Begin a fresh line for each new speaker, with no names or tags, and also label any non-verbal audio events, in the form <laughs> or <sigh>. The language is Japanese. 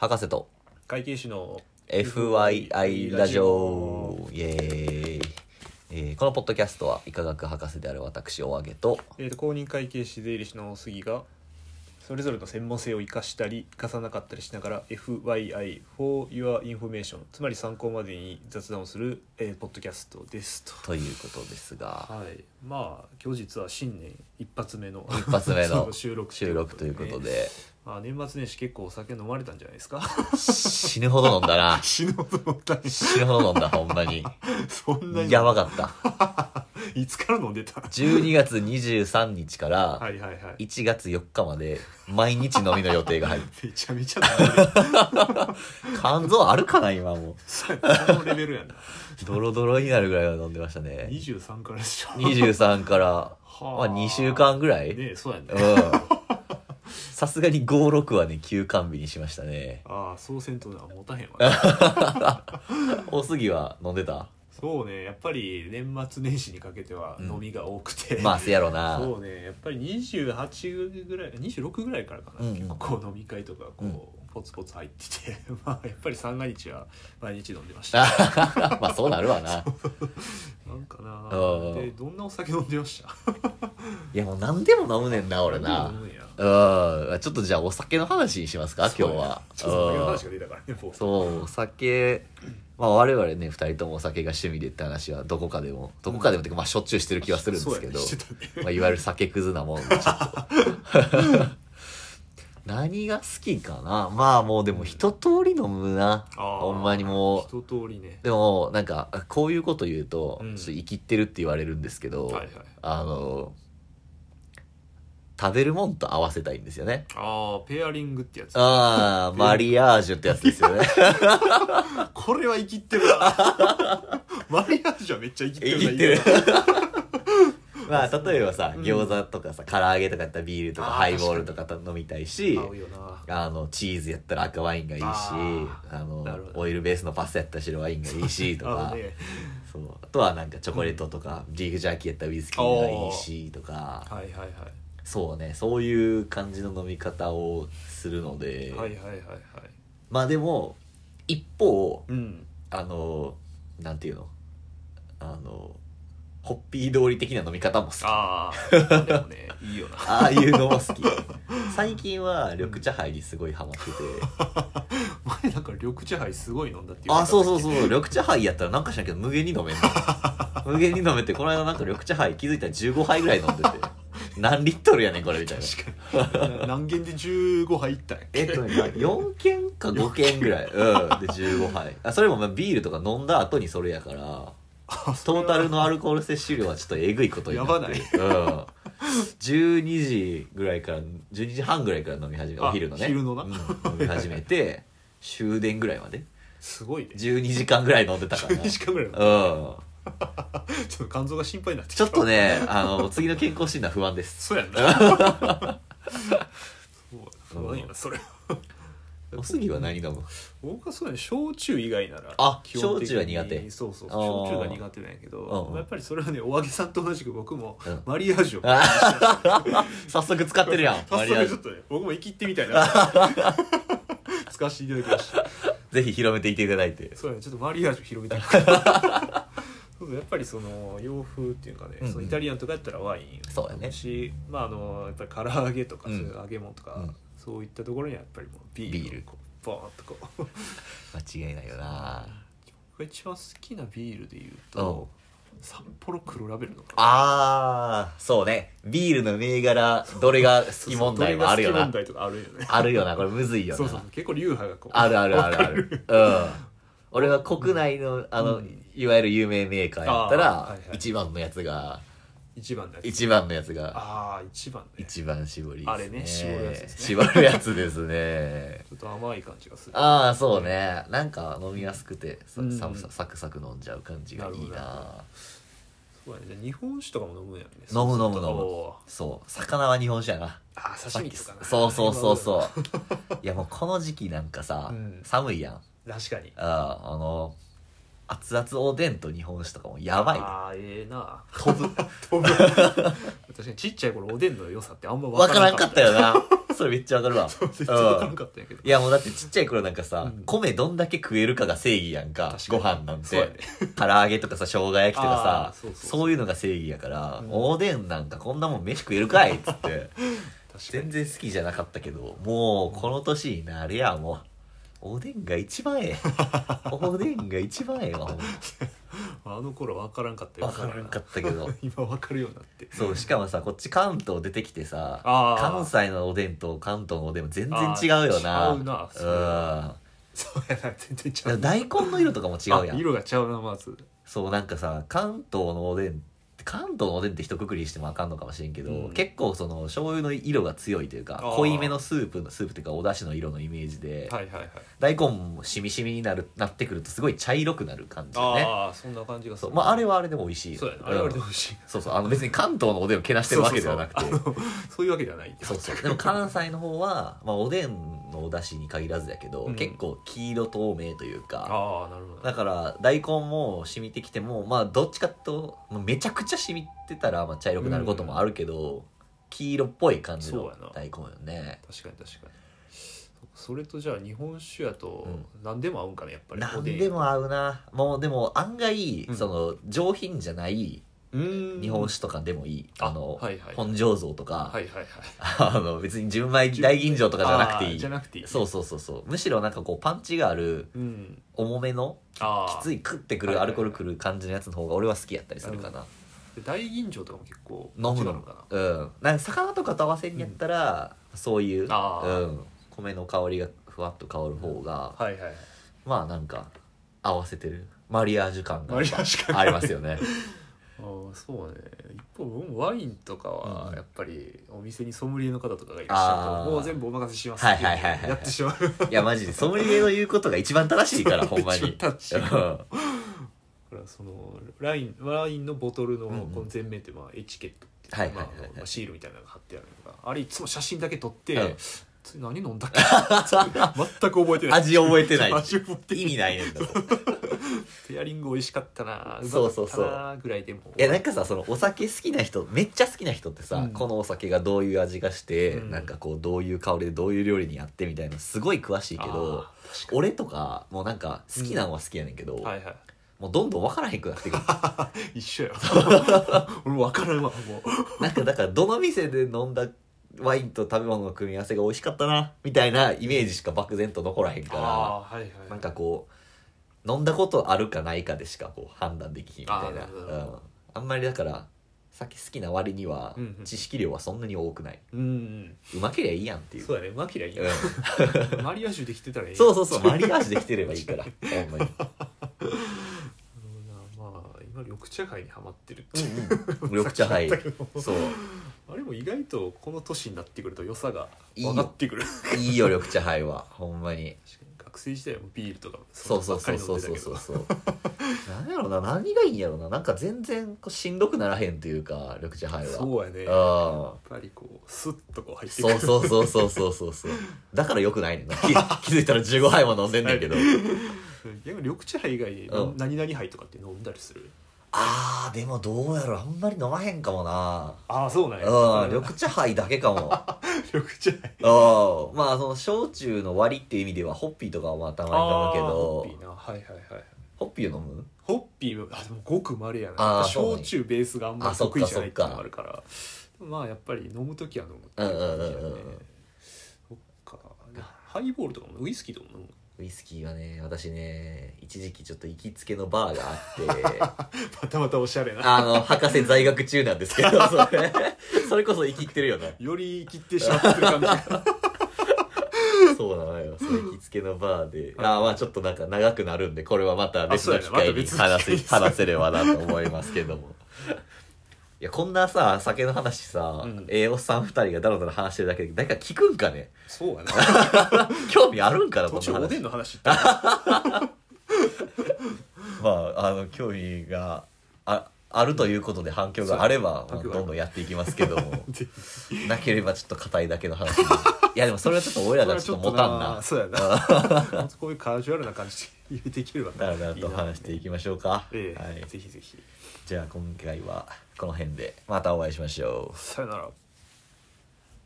博士と
会計士の
FYI ラジオイエーイ、えーこのポッドキャストは医科学博士である私おあげと
えーと公認会計士税理士の杉がそれぞれの専門性を生かしたり生かさなかったりしながら FYI for your information つまり参考までに雑談をする、えーポッドキャストですと
ということですが
はいまあ今日実は新年一発目の
一発目
<laughs> そ
の
う収録
収録ということ
ね
で
まあ、年末年始結構お酒飲まれたんじゃないですか
死ぬほど飲んだな
<laughs> 死ぬほど飲んだね
死ぬほど飲んだほんまに
そんなに
やばかった
いつから飲んでた
12月23日か
は
ら
いはいはい
1月4日まで毎日飲みの予定が入る
めちゃめちゃだね
肝臓あるかな今も
そのレベルや
<laughs>
な
うドロドロになるぐらいは飲んでましたね
23からでしょ
23からま
は
あ
あ
2週間ぐらい、
ねえそうや
うん
ね
さすがに56はね休館日にしましたね
ああそうせんとな持たへんわね
おすぎは飲んでた
そうねやっぱり年末年始にかけては飲みが多くて、
まあせやろな
そうねやっぱり28ぐらい26ぐらいからかな、
うんうん
結構こう飲み会とかこう、ポツポツ入って <laughs> てまあやっぱり三が日は毎日飲んでました
あ <laughs> まあそうなるわな
なんかな
うん
でどんなお酒飲んでました
いやもう何でも飲むねんな俺な
飲むんや
うんちょっとじゃあお酒の話にしますか今日
そうや
は
ちょっとお酒の話
うん
が出たからねもう
そうお酒まあ我々ね2人ともお酒が趣味でって話はどこかでもどこかでもっていうかまあしょっちゅうしてる気はするんですけど、
そうやねしてたね
まあ、いわゆる酒くずなもんでちょっと
<laughs>
何が好きかなまあもうでも一通り飲むな、
あー
ほんまにもう
一通りね
でもなんかこういうこと言うと、
うん
ちょっと生きってるって言われるんですけど、
はいはい
あの食べるもんと合わせたいんですよね
ああペアリングってやつ <laughs>
ああマリアージュってやつですよね
これは生きってるな
<laughs>
マリアージュはめっちゃ生きってるな
生きてる <laughs> まあ例えばさ
うん
餃子とかさ唐揚げとかやったらビールとか
あー
ハイボールとか飲みたいし
合うよな
あのチーズやったら赤ワインがいいしあ
あ
の
なるほど
オイルベースのパスタやったら白ワインがいい
<laughs>
しとか
あ、ね、
そうあとはなんかチョコレートとか、ビーフジャーキーやったらウイスキーがいいしとか
はいはいはい、
そうねそういう感じの飲み方をするので、
はいはいはいはい
まあでも一方
うん
あのなんていうのあのホッピー通り的な飲み方も好きあ
あ
<laughs>
あでもねいいよな
あいうのも好き最近は緑茶杯にすごいハマってて、
前なんか緑茶杯すごい飲んだっていう
あ、そうそう
う
そう。緑茶杯やったらなんかしなきゃ無限に
<laughs>
飲めんの。無限に飲めて、この間なんか緑茶杯気づいたら15杯ぐらい飲んでて。
<laughs>
何リットルやねん、これみたいな。
確かに何軒で15杯いったんや
えっとね、4軒か5軒ぐらい。うん。で、15杯。あ、それもまあビールとか飲んだ後にそれやから、トータルのアルコール摂取量はちょっとえぐいことになって。
やばない
うん。12時ぐらいから、12時半ぐらいから飲み始め、お昼のね。
あ昼のな
うん飲み始めて、終電ぐらいまで。
すごいね
12時間ぐらい飲んでた
<laughs>
から。
12時間ぐらいの
うん。
ちょっと肝臓が心配になってき
ちょ
た
っとね、あの、次の健康診断不安です。
そう
<laughs>
やんなそう不安やなそれは
おすぎは何飲む
僕はそうね焼酎以外なら
あ
基本
焼
的に
酎は苦手
そうそう
あー
焼酎が苦手なんやけど、
うんうん
まあやっぱりそれはねお揚げさんと同じく僕も
うん
マリアージュを、
早速使ってるやん。マ
<laughs> 早
リアージ
速ちょ
ュ
っとね僕も生きってみ
<laughs>
たいな使わせていただきました
ぜひ広めていっていただいて。
そうやねちょっとマリアージュ広
<laughs>
げてみたいなそうそうやっぱりその洋風っていうかね、
うんうん
そのイタリアンとかやったらワイン
そうやね
しまああのやっぱり唐揚げとか、
うん
そういう揚げ物とか、
うん
そういったところにはやっぱりもうビール
ビール
こうボーンとこう
間違いないよな
僕が一番好きなビールで言うと、札幌黒ラベルの
あー、そうね。ビールの銘柄、どれが好き問題もあるよ
そう
な
そうどれが好き問題とかあるよね
あるよな、これむずいよ
そうそう
な。
結構流派がこう
あるあるあるある。うん。俺は国内の、あの、いわゆる有名メーカーやった
あーは
ら
いは、い
一番のやつが、
一番だ
一番のやつが、
ああ一番ねち
一番絞りですね。
あれね絞るやつですね
絞るやつですね。
ょっと甘い感じがする
ああそうねなんか飲みやすくてさ
うん
サササクサク飲んじゃう感じがいいな
なるそうやねじゃあ日本酒とかも飲むやんね
飲む飲む
そう
飲
すると
む
おー
そう魚は日本酒やな
あー刺身とかな
そうそうそうそういやもうこの時期なんかさ、
うん
寒いやんあ
う確かに
ああの熱々おでんと日本酒とかもやばいね
ああええな
飛ぶ
<laughs>
<laughs>
飛ぶ確かにちっちゃい頃おでんの良さってあんま
わ
分
からんかったよなそれめっちゃわかる
<laughs>
わ。
全然わから
うん
んかったんやけど
いやもうだってちっちゃい頃なんかさ、
うん
米どんだけ食えるかが正義やんか
確か
ご飯
に
なん
そうやね
て、唐揚げとかさ生姜焼きと
あ
かさ
ー
そ
そううそうそう
いうのが正義やから、
うん
おでんなんかこんなもん飯食えるかいっつって
確かに
全然好きじゃなかったけどもうこの年になれやもうおでんが一番ええおでんが一番ええわほんま
あの頃わからんか <laughs> った
わからんかったけど
今わかるようになって
そうしかもさこっち関東出てきてさ
あー
関西のおでんと関東のおでんも全然違うよな
あー違うなそれは
うん
そうやな全然ちゃ
だ
う
から大根の色とかも違うや
あ
ん
色がちゃうなまず
そうなんかさ関東のおでん関東のおでんって一括りにしてもあかんのかもしれんけど、
うん
結構その醤油の色が強いというか
あー
濃いめのスープのスープというかお出汁の色のイメージで、
はいはいはい
大根もしみしみになるなってくるとすごい茶色くなる感じよね
ああそんな感じがす
そう、
る
まあ、あれはあれでも美味しいよ
そうやなあれはあれで
うん
美味しい
そうそうあの別に関東のおでんをけなしてるわけではなくて
そうそうそうあのそういうわけではない
そうそう
<laughs>
でも関西の方は、まあ、おでんのお出汁に限らずやけど、
うん
結構黄色透明というか
ああなるほど
だから大根も染みてきてもまあどっちかとまあめちゃくちゃ染みてたらまあ茶色くなることもあるけど、黄色っぽい感じ
そう
の
やな
大根よね
確かに確かにそれとじゃあ日本酒やと
うん
何でも合うんかなやっぱり
何でも合うなもうでも案外、
うん
その上品じゃない
日
日本酒とかでもいい、あの、
はいはい
本醸造とか、
はいはいはい
<laughs> あの別に純米大吟醸とかじゃなくてい
あー
い
じゃなくていい
そうそうそうそうむしろなんかこうパンチがある
うん
重めの
ああ
きつい食ってくる
はい
ア
はい
ルコールくる感じのやつの方が俺は好きやったりするかな、
で大吟醸とかも結構
飲む
違う
の
のかな
うんなんか魚とかと合わせにやったら、そういう、うん
あー、
米の香りがふわっと香る方が、
はいはいはい
まあなんか合わせてるマリアージュ感が
マリアージュ感が
ありますよね
ああそうね一方僕もワインとか
う
は
ん
やっぱりお店にソムリエの方とかがいらっしゃる
あ
と
ー
もう全部お任せしますって
はいはいはいはい
やってしまう
いやマジでソムリエの言うことが一番正しい
<laughs>
から <laughs> ほんまに
一番
<laughs>
正しい
うん
だからそのラインワインのボトルの
うんうん
この前面ってまあエチケットって
はいいう
まあ
はいはいはい
あのシールみたいなのが貼ってあるのがあれいつも写真だけ撮って、
うん
次何飲んだ
<laughs>
っけ全く覚えてない
味覚えてない
味覚えてない
意味ないねんだもん
ペアリング美味しかったな
そうそうそう
まかったなぐらいでも
いやなんかさそのお酒好きな人めっちゃ好きな人ってさ、
うん
このお酒がどういう味がして、
うん
なんかこうどういう香りでどういう料理にあってみたいなすごい詳しいけど
あ
俺とかもうなんか好きなのは好きやねんけど、
ーはいは
もうどんどん分からへんくなってくる <laughs>
い一緒や <laughs> 俺も分からんわもう
なんかだからどの店で飲んだワインと食べ物の組み合わせが美味しかったなみたいなイメージしか漠然と残らへんか
あーはいはい
らなんかこう飲んだことあるかないかでしかこう判断できひんみたいな
あーなるほど
うん、あんまりだから酒好きな割には
うんうん
知識量はそんなに多くない、
うんうん
うまけりゃいいやんっていう
そうだねマキラいい
<laughs>
な
う
マリアージュできてたらいい
ん、そうそうそうマリアージュできてればいいからほ
<laughs>
んまに
うんまあ今緑茶会にハマってるっていう
うん緑茶杯そう
あれも意外とこの年になってくると良さが
いいよ
分かってくる
いいよ緑茶杯はほんまに
確かに学生時代もビールとか
そうそ
ば
う
っか
そう
り飲
そ
ん
う
でた
そう
け
そ
ど
うそう何やろな何がいいんやろななんか全然こうしんどくならへんというか緑茶杯は
そうやねやっ
ああ
ぱりこうスッとこう入ってく
そう
る
そうそうそうそうそうそう <laughs> だからよくないねん <laughs> な気気づいたら15杯も飲んでんね
<laughs>
んけど
逆に緑茶杯以外で
うん
何々杯とかって飲んだりする
あーでもどうやろあんまり飲まへんかもな
ああ <laughs> そうなんや
うん緑茶杯だけかも
<laughs> 緑茶杯
ああまあその焼酎の割りっていう意味ではホッピーとかはまあたま
あ
に飲むけ
ーホ
ど
ッピーなはいはいはい
ホッピーを飲む
ホッピーはあでもごくまれや
あ
な
ー
焼酎ベースがあんまり得意じゃないっていう
あ
のもあ
そ
るからでもまあやっぱり飲む時は飲むって
うんうんうん
い
うん
感じやねそっかでハイボールとかもウイスキーとかも飲む
<laughs> ウイスキーはね私ね一時期ちょっと行きつけのバーがあって
またまたおしゃれな
あの博士在学中なんです
<laughs>
けどそれそれこそ生きってるよな
より切ってしまってる感
<laughs>
じが
そうなのよその行きつけのバーでああまあちょっとなんか長くなるんでこれはまた別の機
あそうやねまた
会に
別の機会に
話せ話せればなと思いますけど
<laughs>
もいやこんなさ酒の話さ、
うん
ええおっさん二人がだらだら話してるだけで誰か聞くんかね
そうやな
興味あるんかな
途
こ
中
の
おで
話
んの話言った
まああの興味がああるということで反響があれば、ま
そう
あ
反響がある
どんどんやっていきますけども
ぜ
なければちょっと硬いだけの <laughs> 話にいやでもそれはちょっと俺らがちょっと持たんな
<laughs> それはちょっとな
<laughs>
そうやなもっとこういうカジュアルな感じで入れていければ
だらだらと話していきましょうか
ええ
はい、
ぜひぜひ
じゃあ今回はこの辺でまたお会いしましょう
さよなら